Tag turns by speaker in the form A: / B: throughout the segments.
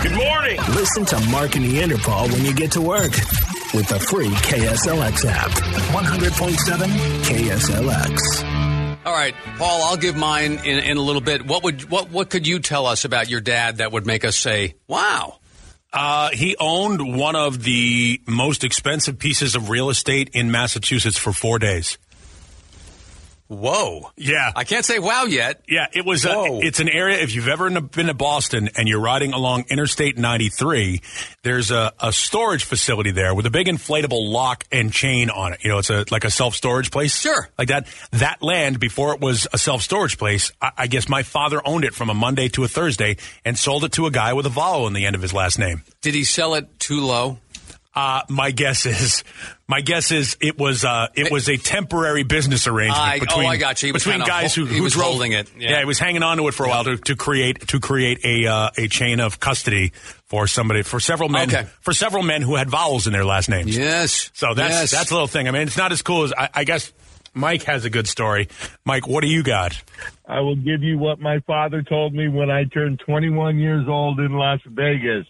A: Good morning.
B: Listen to Mark and Neanderthal when you get to work with the free KSLX app. 100.7 KSLX.
C: All right, Paul, I'll give mine in, in a little bit. What would what what could you tell us about your dad that would make us say, "Wow"?
A: Uh, he owned one of the most expensive pieces of real estate in Massachusetts for four days.
C: Whoa.
A: Yeah.
C: I can't say wow yet.
A: Yeah, it was. Uh,
C: Whoa.
A: it's an area. If you've ever n- been to Boston and you're riding along Interstate 93, there's a, a storage facility there with a big inflatable lock and chain on it. You know, it's a like a self storage place.
C: Sure.
A: like that. That land before it was a self storage place. I, I guess my father owned it from a Monday to a Thursday and sold it to a guy with a vowel in the end of his last name.
C: Did he sell it too low?
A: Uh, my guess is, my guess is it was uh, it was a temporary business arrangement
C: I- oh,
A: between
C: I got you. He was
A: between
C: kinda
A: guys who,
C: hol- he
A: who
C: was
A: drove-
C: holding it, yeah.
A: he was hanging on to it for a while to, to create to create a uh, a chain of custody for somebody for several men
C: Okay.
A: for several men who had vowels in their last names.
C: Yes.
A: So that's
C: Yes.
A: that's a little thing. I mean, it's not as cool as I, I guess. Mike has a good story. Mike, what do you got?
D: I will give you what my father told me when I turned 21 years old in Las Vegas.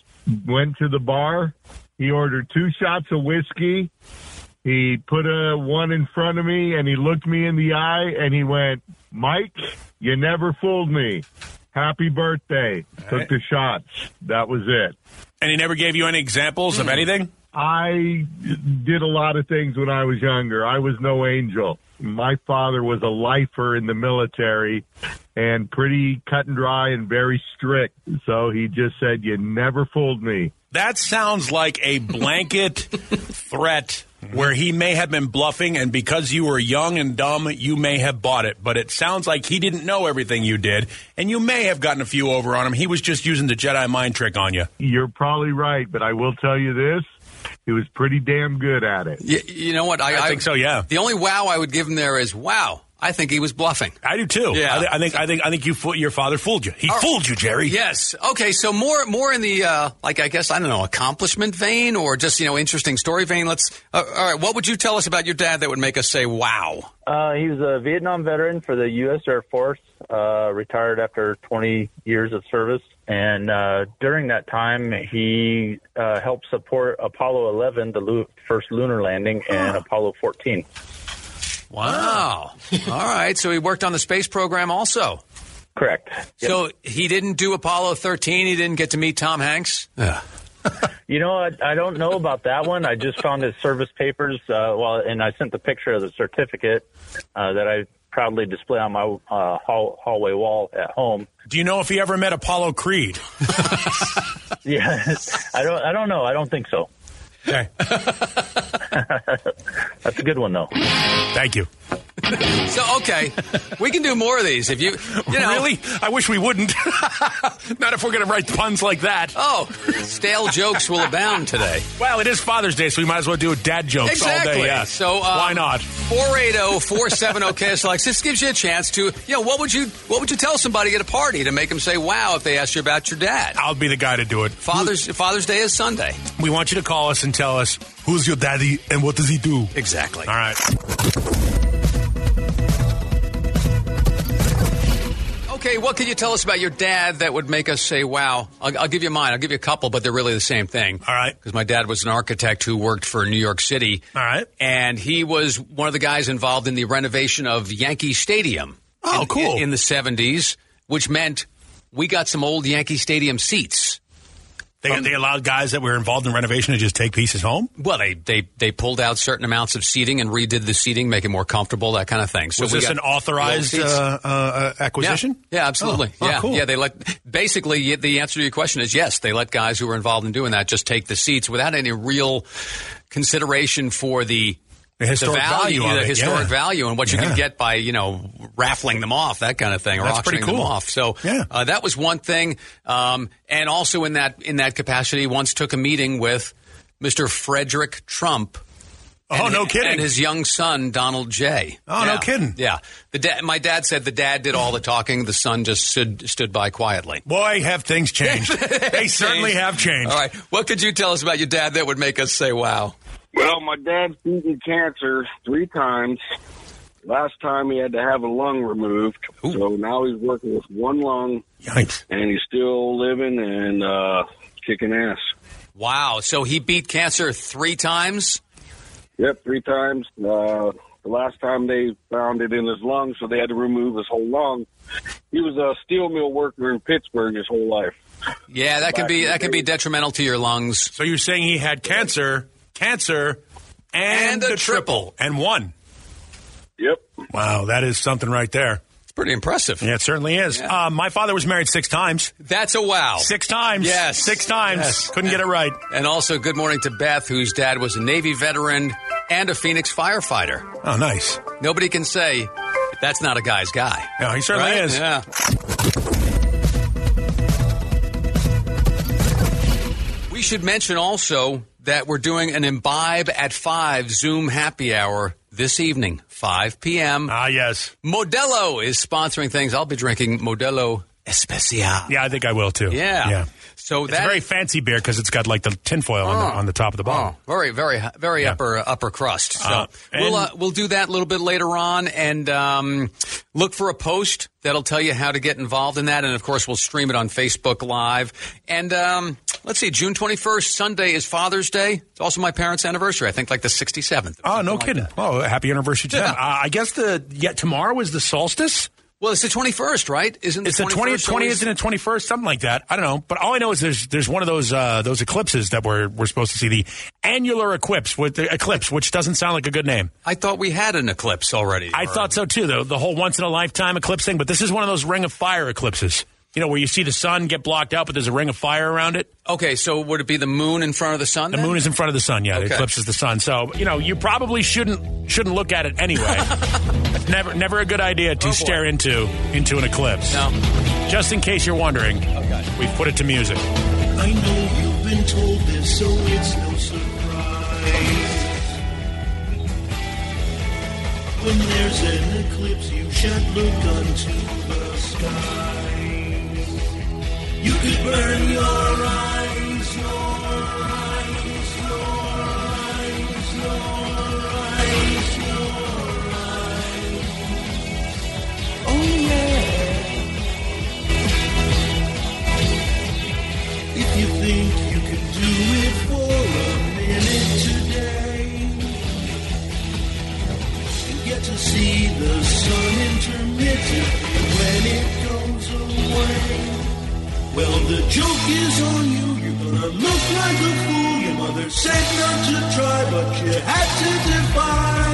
D: Went to the bar. He ordered two shots of whiskey. He put a one in front of me and he looked me in the eye and he went, Mike, you never fooled me. Happy birthday. Took the shots. That was it.
A: And he never gave you any examples
C: Hmm.
A: of anything.
D: I did a lot of things when I was younger. I was no angel. My father was a lifer in the military and pretty cut and dry and very strict. So he just said, You never fooled me.
A: That sounds like a blanket threat where he may have been bluffing, and because you were young and dumb, you may have bought it. But it sounds like he didn't know everything you did, and you may have gotten a few over on him. He was just using the Jedi mind trick on you.
D: You're probably right, but I will tell you this he was pretty damn good at it.
C: Y- you know what?
A: I think so, yeah.
C: The only wow I would give him there is, wow, I think he was bluffing.
A: I do too.
C: Yeah.
A: I, thi- I think I think I think you fool- your father fooled you. He fooled you, Jerry.
C: Yes. Okay. So more, more in the uh, like, I guess I don't know, accomplishment vein or just you know, interesting story vein. Let's. Uh, all right. What would you tell us about your dad that would make us say, "Wow"?
E: Uh, he was a Vietnam veteran for the U.S. Air Force, uh, retired after 20 years of service. And uh, during that time, he uh, helped support Apollo 11, the lu- first lunar landing, and Apollo 14.
C: Wow. all right. So he worked on the space program also.
E: Correct. Yep.
C: So he didn't do Apollo 13. He didn't get to meet Tom Hanks.
E: You know, I, I don't know about that one. I just found his service papers. Uh, well, and I sent the picture of the certificate uh, that I proudly display on my uh, hall, hallway wall at home.
A: Do you know if he ever met Apollo Creed?
E: Yeah, I don't. I don't know. I don't think so.
A: Okay.
E: That's a good one, though.
A: Thank you.
C: So okay, we can do more of these if you you know.
A: really? I wish we wouldn't. Not if we're going to write puns like that.
C: Oh, stale jokes will abound today.
A: Well, it is Father's Day, so we might as well do dad jokes
C: Exactly.
A: all day. Yeah.
C: So um,
A: why not?
C: oh, 480-470-KSLX. This gives you a chance to, you know, what would you what would you tell somebody at a party to make them say wow if they asked you about your dad?
A: I'll be the guy to do it.
C: Father's Father's Day is Sunday.
A: We want you to call us and tell us who's your daddy and what does he do.
C: Exactly.
A: All right.
C: Okay, what can you tell us about your dad that would make us say wow? I'll, I'll give you mine. I'll give you a couple, but they're really the same thing.
A: All right.
C: Because my dad was an architect who worked for New York City.
A: All right.
C: And he was one of the guys involved in the renovation of Yankee Stadium.
A: Oh,
C: in-
A: cool.
C: In, in the 70s, which meant we got some old Yankee Stadium seats.
A: They, they allowed guys that were involved in renovation to just take pieces home.
C: Well, they, they, they pulled out certain amounts of seating and redid the seating, make it more comfortable, that kind of thing. So
A: Was
C: we
A: this
C: got
A: an authorized
C: little seats.
A: uh, uh, uh, acquisition?
C: Yeah, yeah absolutely.
A: Oh, oh,
C: yeah,
A: cool.
C: yeah. They let basically y- the answer to your question is yes. They let guys who were involved in doing that just take the seats without any real consideration for the.
A: The historic
C: value,
A: value of
C: the
A: it,
C: historic
A: yeah.
C: value, and what you
A: Yeah.
C: can get by you know raffling them off, that kind of thing, or
A: That's pretty
C: auctioning them
A: cool.
C: off. So
A: Yeah.
C: uh, that was one thing, um, and also in that in that capacity, once took a meeting with Mr. Frederick Trump,
A: Oh,
C: and
A: no
C: hi-
A: kidding.
C: And his young son, Donald J.
A: Oh, no kidding.
C: Yeah. The da- my dad said the dad did all the talking. The son just stood, stood by quietly.
A: Boy, have things changed. they certainly
C: Changed.
A: have changed.
C: All right. What could you tell us about your dad that would make us say, wow?
F: Well, my dad's beaten cancer three times. Last time he had to have a lung removed,
C: Ooh.
F: so now he's working with one lung,
A: Yikes.
F: and he's still living and uh, kicking ass.
C: Wow. So he beat cancer three times?
F: Yep, three times. Uh, the last time they found it in his lung, so they had to remove his whole lung. He was a steel mill worker in Pittsburgh his whole life.
C: Yeah, that can be that can be detrimental to your lungs.
A: So you're saying he had cancer, cancer, and,
C: And a
A: the
C: triple.
A: triple. and one.
F: Yep.
A: Wow, that is something right there.
C: It's pretty impressive.
A: Yeah, it certainly is.
C: Yeah.
A: Uh, my father was married six times.
C: That's a wow.
A: Six times.
C: Yes.
A: Six times.
C: Yes.
A: Couldn't get it right.
C: And also, good morning to Beth, whose dad was a Navy veteran and a Phoenix firefighter.
A: Oh, nice.
C: Nobody can say that's not a guy's guy.
A: No, he certainly
C: Right?
A: is.
C: Yeah. We should mention also that we're doing an Imbibe at 5 Zoom happy hour this evening, 5 p.m.
A: Ah, yes.
C: Modelo is sponsoring things. I'll be drinking Modelo Especial.
A: Yeah, I think I will too.
C: Yeah.
A: Yeah.
C: So
A: It's a
C: that
A: very fancy beer because it's got like the tinfoil on, the, on the top of the bottle.
C: Oh, very, very, very upper upper crust. So
A: Uh, and-
C: we'll uh, we'll do that a little bit later on, and um, look for a post that'll tell you how to get involved in that. And of course, we'll stream it on Facebook Live. And um, let's see, June twenty first, Sunday is Father's Day. It's also my parents' anniversary. I think like the sixty seventh.
A: Oh, no kidding. Oh, happy anniversary to
C: Yeah.
A: them. Uh, I guess the yeah, tomorrow is the solstice.
C: Well, it's the twenty first, right? Isn't
A: It's the
C: 21st
A: twentieth, twentieth,
C: always-
A: and the twenty first, something like that. I don't know, but all I know is there's there's one of those uh, those eclipses that we're we're supposed to see the annular eclipse with the eclipse, which doesn't sound like a good name.
C: I thought we had an eclipse already.
A: I
C: Or-
A: thought so too, though the whole once in a lifetime eclipse thing. But this is one of those ring of fire eclipses, you know, where you see the sun get blocked out, but there's a ring of fire around it.
C: Okay, so would it be the moon in front of the sun?
A: The moon is in front of the sun. Yeah, it
C: Okay.
A: eclipses the sun. So you know, you probably shouldn't shouldn't look at it anyway. It's never never a good idea to
C: Oh, boy.
A: stare into into an eclipse.
C: No. Oh,
A: Just in case you're wondering, we've put it to music.
B: I know you've been told this, so it's no surprise. When there's an eclipse, you should look unto the skies. You could burn your eyes, your eyes, your eyes, your eyes, your eyes. Oh yeah. If you think you could do it for a minute today and get to see the sun intermittent when it goes away, well, the joke is on you. You're gonna look like a fool. Your mother said not to try, but you had to defy.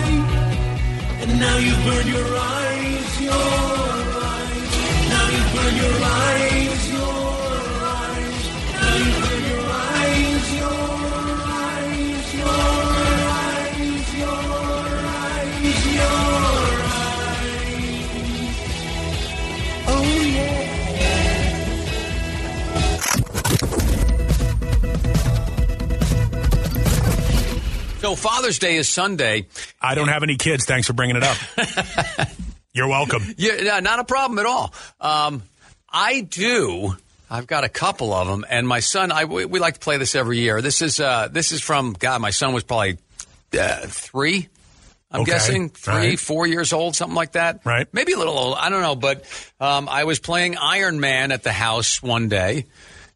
B: And now you burn your eyes, your eyes. Now you burn your eyes, your eyes. Now you burn your eyes, your eyes, your eyes, your eyes, your eyes. Oh yeah.
C: So Father's Day is Sunday.
A: I don't have any kids. Thanks for bringing it up. You're welcome.
C: Yeah, no, not a problem at all. Um, I do. I've got a couple of them, and my son. I we, we like to play this every year. This is uh, this is from God. My son was probably uh, three. I'm
A: Okay.
C: guessing
A: All
C: three,
A: right.
C: four years old, something like that.
A: Right.
C: Maybe a little old. I don't know. But um, I was playing Iron Man at the house one day.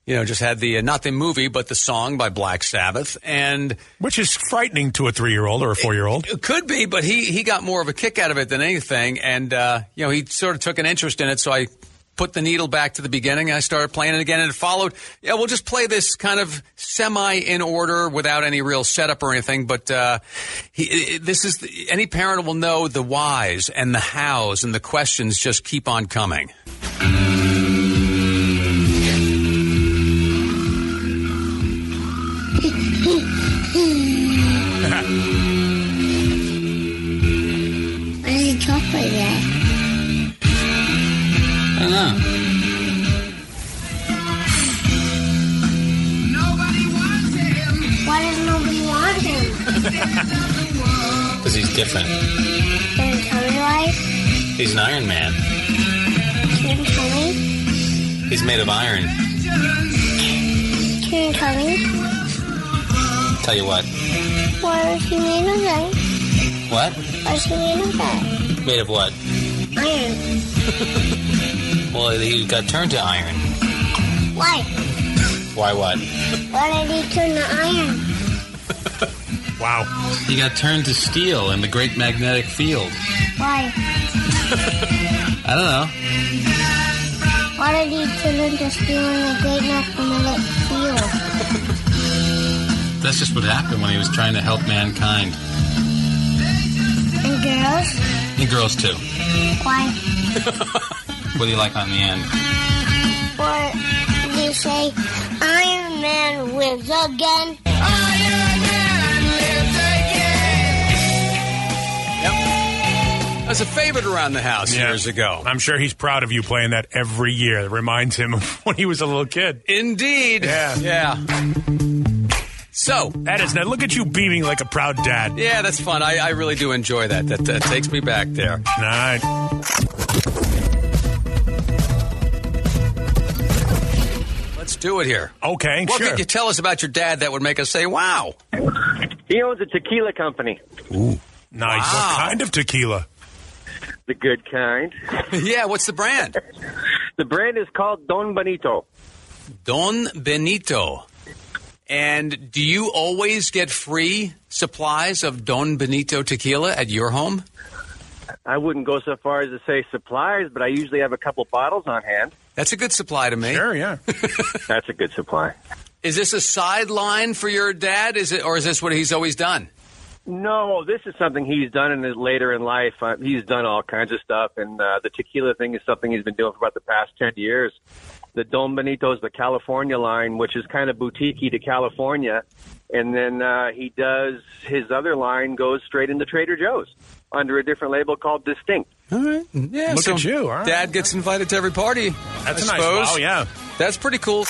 C: You know, just had the uh, not the movie, but the song by Black Sabbath, and
A: Which is frightening to a three year old or a four year old.
C: it could be, but he he got more of a kick out of it than anything, and uh, you know he sort of took an interest in it. So I put the needle back to the beginning. And I started playing it again, and it followed. Yeah, we'll just play this kind of semi in order without any real setup or anything. But uh, he, i- i- this is the, any parent will know the whys and the hows and the questions just keep on coming.
G: Why does it talk like that?
H: Nobody wants
B: Oh,
H: him.
G: Why does nobody want him?
I: Because he's different.
G: Can you tell me why?
I: He's an Iron Man.
G: Can you tell me?
I: He's made of iron.
G: Can you tell me?
I: Tell you what.
G: Why is he made of that?
I: What?
G: Why is he made of that?
I: Made of what?
G: Iron.
I: Well, he got turned to iron.
G: Why?
I: Why what?
G: Why did he turn the iron?
A: Wow.
I: He got turned to steel in the great magnetic field.
G: Why?
I: I don't know.
G: Why did he turn into steel in the great magnetic field?
I: That's just what happened when he was trying to help mankind.
G: And girls?
I: And girls too.
G: Why?
I: What do you like on the end?
G: Or do you say Iron Man wins again?
C: That was a favorite around the house years ago.
A: I'm sure he's proud of you playing that every year. It reminds him of when he was a little kid.
C: Indeed.
A: Yeah.
C: Yeah. So,
A: That is now look at you beaming like a proud dad.
C: yeah, that's fun. I, I really do enjoy that. That uh, takes me back there.
A: All right.
C: Let's do it here.
A: Okay,
C: What
A: sure.
C: could you tell us about your dad that would make us say, wow?
E: He owns a tequila company,
A: nice.
C: Wow.
A: What kind of tequila?
E: the good kind.
C: yeah, what's the brand?
E: The brand is called Don Bonito.
C: Don Benito. And do you always get free supplies of Don Benito tequila at your home?
E: I wouldn't go so far as to say supplies, but I usually have a couple bottles on hand.
C: That's a good supply to me.
A: Sure, yeah.
E: That's a good supply.
C: Is this a sideline for your dad? Is it, or is this what he's always done?
E: No, this is something he's done in his later in life. Uh, he's done all kinds of stuff, and uh, the tequila thing is something he's been doing for about the past ten years. The Don Benito is the California line, which is kind of boutiquey to California, and then uh, he does his other line goes straight into Trader Joe's under a different label called Distinct.
C: All right. Yeah.
A: Look at you, all right.
C: Dad gets invited to every party.
A: That's
C: I
A: a nice.
C: suppose.
A: Wow, yeah.
C: That's pretty cool.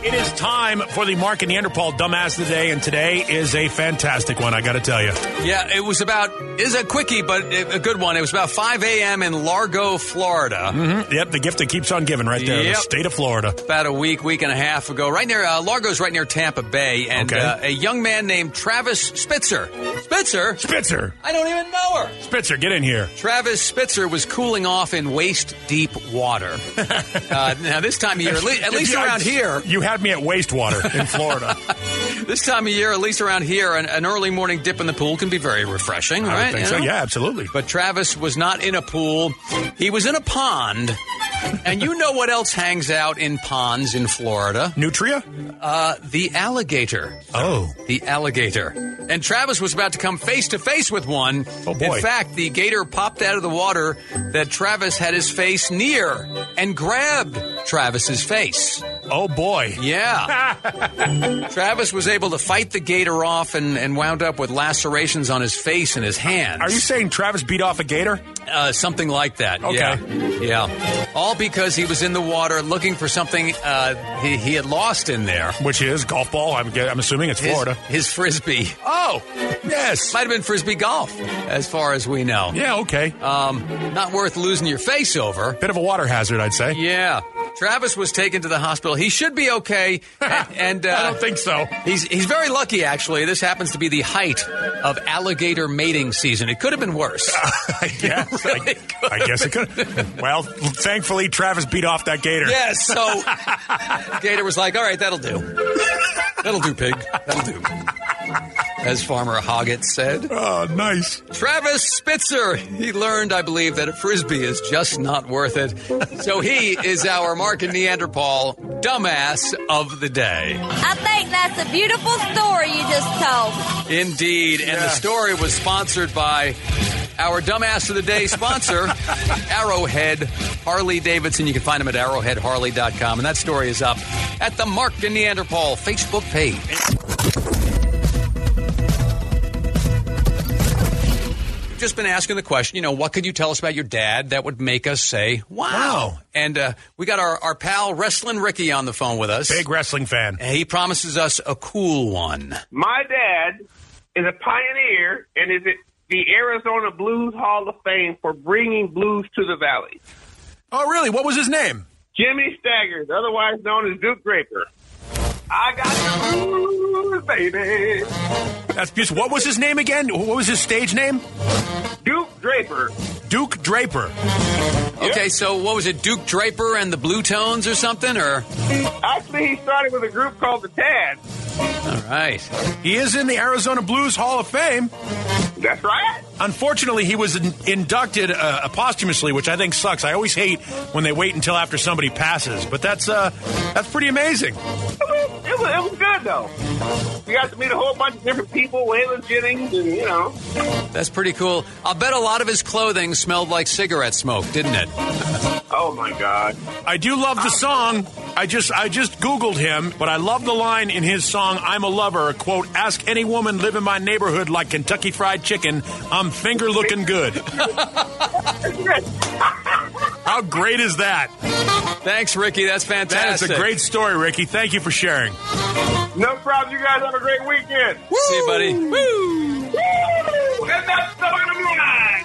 A: It is time for the Mark and Neanderthal Dumbass of the Day, and today is a fantastic one, I gotta tell you.
C: Yeah, it was about is a quickie, but it- a good one. It was about 5 a.m. in Largo, Florida,
A: Yep, the gift that keeps on giving right there,
C: Yep.
A: the state of Florida.
C: about a week, week and a half ago. Right near uh, Largo's, right near Tampa Bay, and
A: Okay.
C: uh, a young man named Travis Spitzer. Spitzer,
A: Spitzer!
C: I don't even know her.
A: Spitzer, get in here.
C: Travis Spitzer was cooling off in waist deep water. uh, now, this time of year, at, le- at least
A: Yeah,
C: around here,
A: You had me at wastewater in Florida.
C: this time of year, at least around here, an, an early morning dip in the pool can be very refreshing,
A: I
C: right?
A: would think
C: You
A: so.
C: know?
A: Yeah, absolutely.
C: But Travis was not in a pool. He was in a pond. And you know what else hangs out in ponds in Florida?
A: Nutria?
C: Uh, the alligator.
A: Oh.
C: The alligator. And Travis was about to come face to face with one.
A: Oh, boy.
C: In fact, the gator popped out of the water that Travis had his face near and grabbed Travis's face.
A: Oh, boy.
C: Yeah. Travis was able to fight the gator off and, and wound up with lacerations on his face and his hands.
A: Are you saying Travis beat off a gator?
C: Uh, something like that.
A: Okay.
C: Yeah. Yeah. All because he was in the water looking for something uh, he, he had lost in there.
A: Which is golf ball. I'm, ge- I'm assuming it's
C: His-
A: Florida.
C: His, frisbee.
A: Oh, yes.
C: Might have been frisbee golf, as far as we know.
A: Yeah, okay.
C: Um, not worth losing your face over.
A: Bit of a water hazard, I'd say.
C: Yeah. Travis was taken to the hospital. He should be okay. And, and uh,
A: I don't think so.
C: He's, he's very lucky, actually. This happens to be the height of alligator mating season. It could have been worse.
A: I guess. I-
C: Really
A: I, guess it could. Well, thankfully, Travis beat off that gator.
C: Yes. So Gator was like, "All right, that'll do. That'll do, pig. That'll do." As Farmer Hoggett said,
A: Oh, nice.
C: Travis Spitzer, he learned, I believe, that a frisbee is just not worth it. So he is our Mark and Neanderthal dumbass of the day.
J: I think that's a beautiful story you just told.
C: Indeed. And the story was sponsored by our Dumbass of the Day sponsor, Arrowhead Harley Davidson. You can find him at arrowheadharley.com. And that story is up at the Mark and Neanderthal Facebook page. We've Just been asking the question, you know, what could you tell us about your dad that would make us say, wow?
A: Wow.
C: And uh, we got our, our pal, Wrestling Ricky, on the phone with us.
A: Big wrestling fan.
C: And he promises us a cool one.
K: My dad is a pioneer and is at the Arizona Blues Hall of Fame for bringing blues to the valley.
A: Oh, really? What was his name?
K: Jimmy Staggers, otherwise known as Duke Draper. I got the blues, baby.
A: That's just, what was his name again? What was his stage name?
K: Duke Draper.
A: Duke Draper.
C: Okay, so what was it, Duke Draper and the Blue Tones or something? Or
K: Actually, he started with a group called the Tad.
C: all right,
A: he is in the Arizona Blues Hall of Fame.
K: That's right.
A: Unfortunately, he was in- inducted uh, posthumously, which I think sucks. I always hate when they wait until after somebody passes, but that's uh, that's pretty amazing.
K: It was, it was, it was good though. We got to meet a whole bunch of different people, Waylon Jennings, and you know,
C: that's pretty cool. I'll bet a lot of his clothing smelled like cigarette smoke, didn't it?
K: oh my God.
A: I do love the song. I just I just googled him, but I love the line in his song "I'm a Lover." Quote: "Ask any woman live in my neighborhood like Kentucky Fried Chicken. I'm finger looking good." How great is that?
C: Thanks, Ricky. That's
A: That is
C: fantastic.
A: a great story, Ricky. Thank you for sharing.
K: No problem. You guys have a great weekend.
C: See you, buddy.
K: Woo! And that's the bottom line.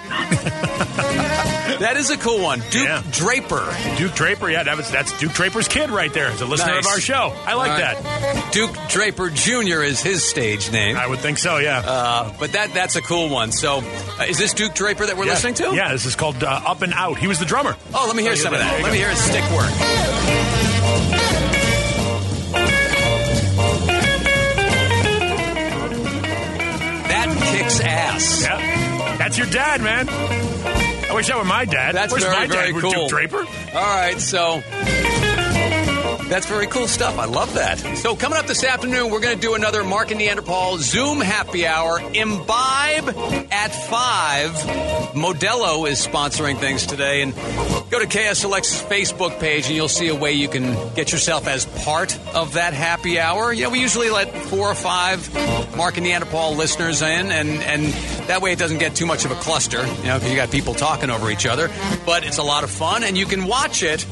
C: That is a cool one, Duke
A: Yeah.
C: Draper.
A: Duke Draper, yeah, that was, that's Duke Draper's kid right there. He's a listener
C: Nice.
A: of our show. I like
C: All right.
A: that.
C: Duke Draper Jr. is his stage name.
A: I would think so, yeah.
C: Uh, but that that's a cool one. So, uh, is this Duke Draper that we're
A: yeah.
C: listening to?
A: Yeah, this is called uh, Up and Out. He was the drummer.
C: Oh, let me hear
A: So, yeah,
C: some of
A: there
C: that.
A: you
C: Let me
A: go.
C: hear his stick work. That kicks ass.
A: Yeah. That's your dad, man. I wish I were my dad.
C: That's
A: Where's
C: very,
A: my
C: very
A: dad? We're
C: cool.
A: Duke Draper?
C: All right, so that's very cool stuff. I love that. So coming up this afternoon, we're going to do another Mark and Neanderthal Zoom Happy Hour. Imbibe at five. Modelo is sponsoring things today, and go to KSLX's Facebook page, and you'll see a way you can get yourself as part of that happy hour. You know, we usually let four or five Mark and Neanderthal listeners in, and and that way it doesn't get too much of a cluster. You know, because you got people talking over each other, but it's a lot of fun, and you can watch it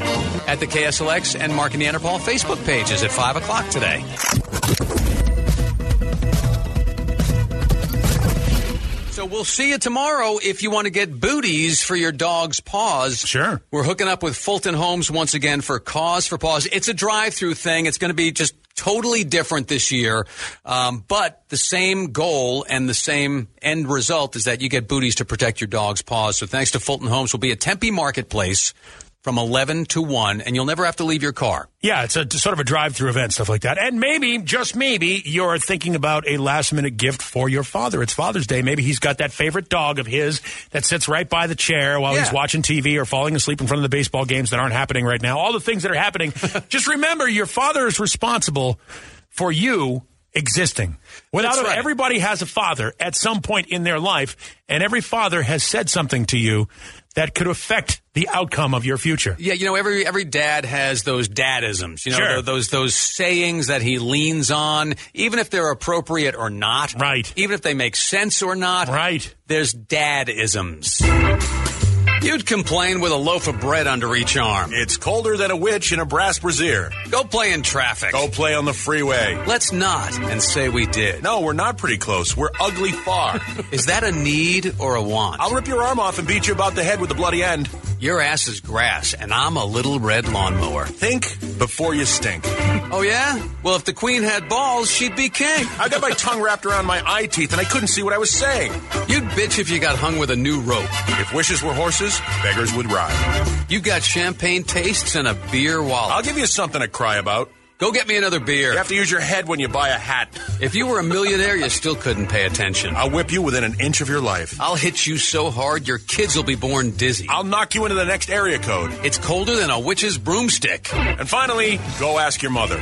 C: at the KSLX and Mark and Neanderthal Facebook pages at five o'clock today. So we'll see you tomorrow if you want to get booties for your dog's paws.
A: Sure.
C: We're hooking up with Fulton Homes once again for Cause for Paws. It's a drive-through thing. It's going to be just totally different this year, um, but the same goal and the same end result is that you get booties to protect your dog's paws. So thanks to Fulton Homes, we'll be at Tempe Marketplace from 11 to 1, and you'll never have to leave your car.
A: Yeah, it's a sort of a drive-through event, stuff like that. And maybe, just maybe, you're thinking about a last-minute gift for your father. It's Father's Day. Maybe he's got that favorite dog of his that sits right by the chair while he's
C: Yeah.
A: watching TV or falling asleep in front of the baseball games that aren't happening right now. All the things that are happening. just remember, your father is responsible for you existing. Without
C: That's
A: him,
C: right.
A: everybody has a father at some point in their life, and every father has said something to you that could affect the outcome of your future.
C: Yeah, you know, every every dad has those dadisms. You know,
A: Sure.
C: tho- those those sayings that he leans on, even if they're appropriate or not.
A: Right.
C: Even if they make sense or not.
A: Right.
C: There's dadisms. You'd complain with a loaf of bread under each arm.
L: It's colder than a witch in a brass brassiere.
C: Go play in traffic.
L: Go play on the freeway.
C: Let's not and say we did.
L: No, we're not pretty close. We're ugly far.
C: Is that a need or a want?
L: I'll rip your arm off and beat you about the head with the bloody end.
C: Your ass is grass, and I'm a little red lawnmower.
L: Think before you stink.
C: Oh yeah? Well, if the queen had balls, she'd be king.
L: I got my tongue wrapped around my eye teeth and I couldn't see what I was saying.
C: You'd bitch if you got hung with a new rope.
L: If wishes were horses, beggars would ride.
C: You got champagne tastes and a beer wallet.
L: I'll give you something to cry about.
C: Go get me another beer.
L: You have to use your head when you buy a hat.
C: If you were a millionaire, you still couldn't pay attention.
L: I'll whip you within an inch of your life.
C: I'll hit you so hard your kids will be born dizzy.
L: I'll knock you into the next area code.
C: It's colder than a witch's broomstick.
L: And finally, go ask your mother.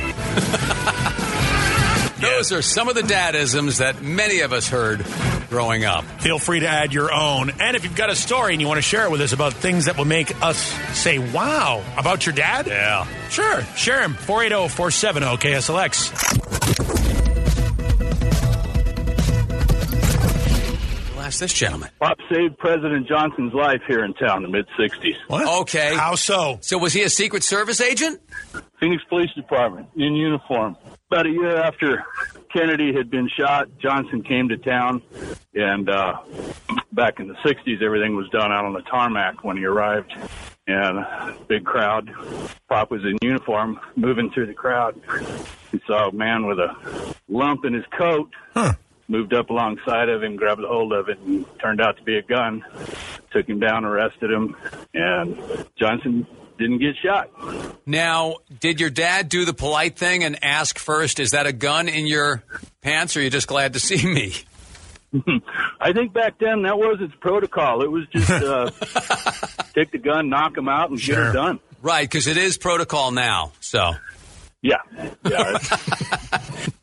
C: Those are some of the dadisms that many of us heard growing up.
A: Feel free to add your own. And if you've got a story and you want to share it with us about things that will make us say, wow, about your dad? Yeah. Sure. Share him. 480 470 KSLX.
C: We'll ask this gentleman.
M: Pop saved President Johnson's life here in town in the mid 60s.
A: What?
C: Okay.
A: How so?
C: So was he a Secret Service agent?
M: Phoenix Police Department in uniform. About a year after Kennedy had been shot, Johnson came to town, and uh, back in the 60s, everything was done out on the tarmac when he arrived. And big crowd. Pop was in uniform, moving through the crowd. He saw a man with a lump in his coat. Moved up alongside of him, grabbed a hold of it, and turned out to be a gun. took him down, arrested him, Um, and Johnson didn't get shot.
C: Now, did your dad do the polite thing and ask first, is that a gun in your pants or are you just glad to see me?
M: I think back then that was its protocol. It was just uh, take the gun, knock him out, and get it done.
C: Right, because it is protocol now. So,
M: yeah.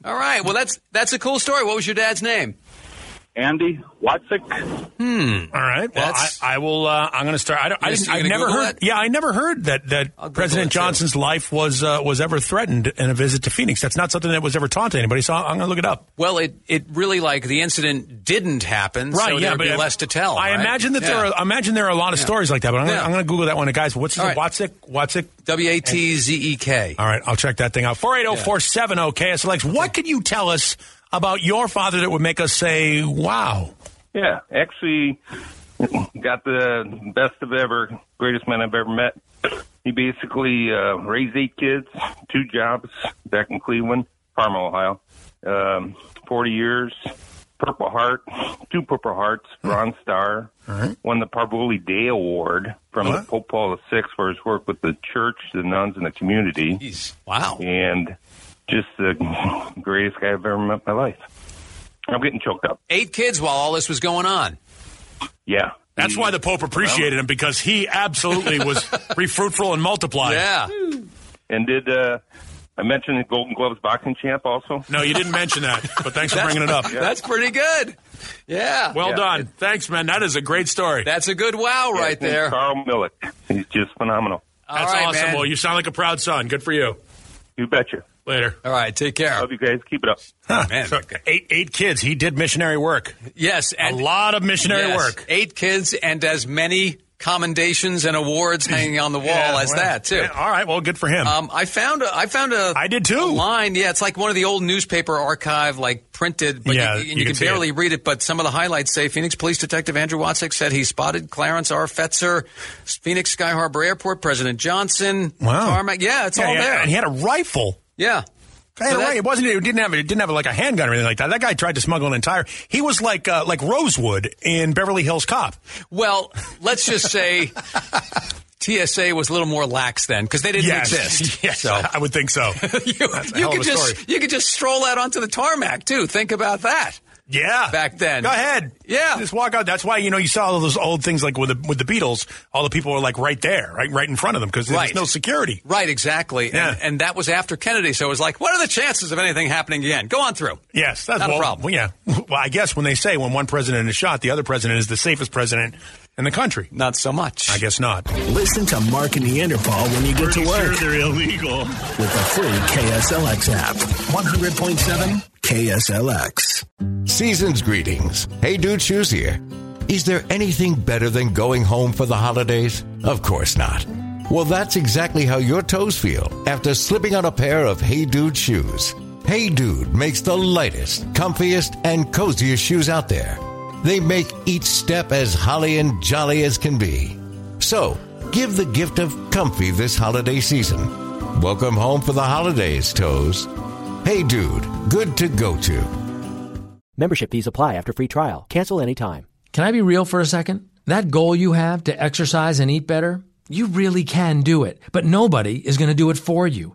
C: All right. Well, that's that's a cool story. What was your dad's name?
M: Andy Watzik.
A: Hmm. All right. Well, I,
C: That's-
A: I will. Uh, I'm going to start. I, don't, I
C: You're
A: didn't,
C: gonna
A: I've never
C: Google
A: heard. Yeah, I never heard that that President Johnson's life was uh, was ever threatened in a visit to Phoenix. That's not something that was ever taught to anybody. So I'm going to look it up.
C: Well, it, it really like the incident didn't happen,
A: Right,
C: so
A: yeah,
C: there'd
A: but
C: be
A: I-
C: less to tell.
A: I
C: right?
A: imagine that
C: Yeah.
A: there are. I imagine there are a lot of
C: Yeah.
A: stories like that. But I'm
C: Yeah.
A: going to Google that one. Guys, what's his
C: All
A: name?
C: right.
A: Watzik? Watzik?
C: W A T Z E K.
A: All right, I'll check that thing out. Four eight zero four seven oh zero KSLX. What could you tell us about your father that would make us say, "Wow"?
N: Yeah, actually got the best I've ever, greatest man I've ever met. He basically uh, raised eight kids, two jobs back in Cleveland, Parma, Ohio. Um, 40 years, Purple Heart, two Purple Hearts, Bronze Star, won the Parvoli Day Award from
O: What?
N: Pope Paul VI for his work with the church, the nuns, and the community.
C: Wow.
N: And just the greatest guy I've ever met in my life. I'm getting choked up.
C: Eight kids while all this was going on.
N: Yeah.
A: That's why the Pope appreciated him because he absolutely was be fruitful and multiply.
C: Yeah.
N: And did uh, I mention the Golden Gloves boxing champ also?
A: No, you didn't mention that, but thanks for bringing it up.
C: That's pretty good. Yeah.
A: Well done. Thanks, man. That is a great story.
C: That's a good wow
N: Yeah,
C: right
N: his name's
C: there.
N: Carl Millick. He's just phenomenal.
A: That's
C: right,
A: awesome.
C: man.
A: Well, you sound like a proud son. Good for you.
N: You betcha.
A: Later.
C: All right. Take care. Love
N: you guys. Keep it up.
C: Man.
A: So, eight eight kids. He did missionary work.
C: Yes, and
A: a lot of missionary
C: Yes.
A: work.
C: Eight kids and as many commendations and awards hanging on the wall
A: Yeah,
C: as
A: well,
C: that too.
A: yeah, all right. Well, good for him.
C: Um, I found a, I found a. I did too. line, yeah, it's like one of the old newspaper archive, like printed, but
A: Yeah,
C: you, and
A: you
C: you,
A: can
C: can,
A: see
C: barely read it. But some of the highlights say Phoenix Police Detective Andrew Watzik said he spotted Clarence R. Fetzer, Phoenix Sky Harbor Airport, President Johnson.
A: Wow.
C: Tarmac. Yeah, it's
A: Yeah,
C: all
A: yeah,
C: there.
A: And Oh, he had a rifle.
C: yeah.
A: Hey,
C: So
A: right.
C: that-
A: It wasn't. It didn't have. It didn't have like a handgun or anything like that. That guy tried to smuggle an entire. He was like uh, like Rosewood in Beverly Hills Cop.
C: Well, let's just say TSA was a little more lax then because they didn't
A: Yes.
C: exist.
A: Yes,
C: So.
A: I would think so. That's a
C: You
A: hell of
C: could
A: a
C: just
A: story.
C: you could just stroll out onto the tarmac too. Think about that.
A: Yeah,
C: back then.
A: Go ahead. Yeah, just walk out. That's why you know you saw all those old things like with the with the Beatles. All the people were like right there, right, right in front of them because
C: Right.
A: there's no security.
C: Right, exactly.
A: Yeah.
C: And, and that was after Kennedy, so it was like, what are the chances of anything happening again? Go on through.
A: Yes, that's
C: Not a
A: well,
C: problem.
A: well, yeah, well, I guess when they say when one president is shot, the other president is the safest president in the country.
C: Not so much.
A: I guess not.
P: Listen to Mark and Neanderthal when you get to work
D: they're illegal.
P: with the free KSLX app. 100.7 KSLX.
Q: Season's greetings. Hey Dude Shoes here. Is there anything better than going home for the holidays? Of course not. Well, that's exactly how your toes feel after slipping on a pair of Hey Dude shoes. Hey Dude makes the lightest, comfiest, and coziest shoes out there. They make each step as holly and jolly as can be. So, give the gift of comfy this holiday season. Welcome home for the holidays, toes. Hey Dude, good to go to.
R: Membership fees apply after free trial. Cancel anytime.
S: Can I be real for a second? That goal you have to exercise and eat better, you really can do it. But nobody is going to do it for you.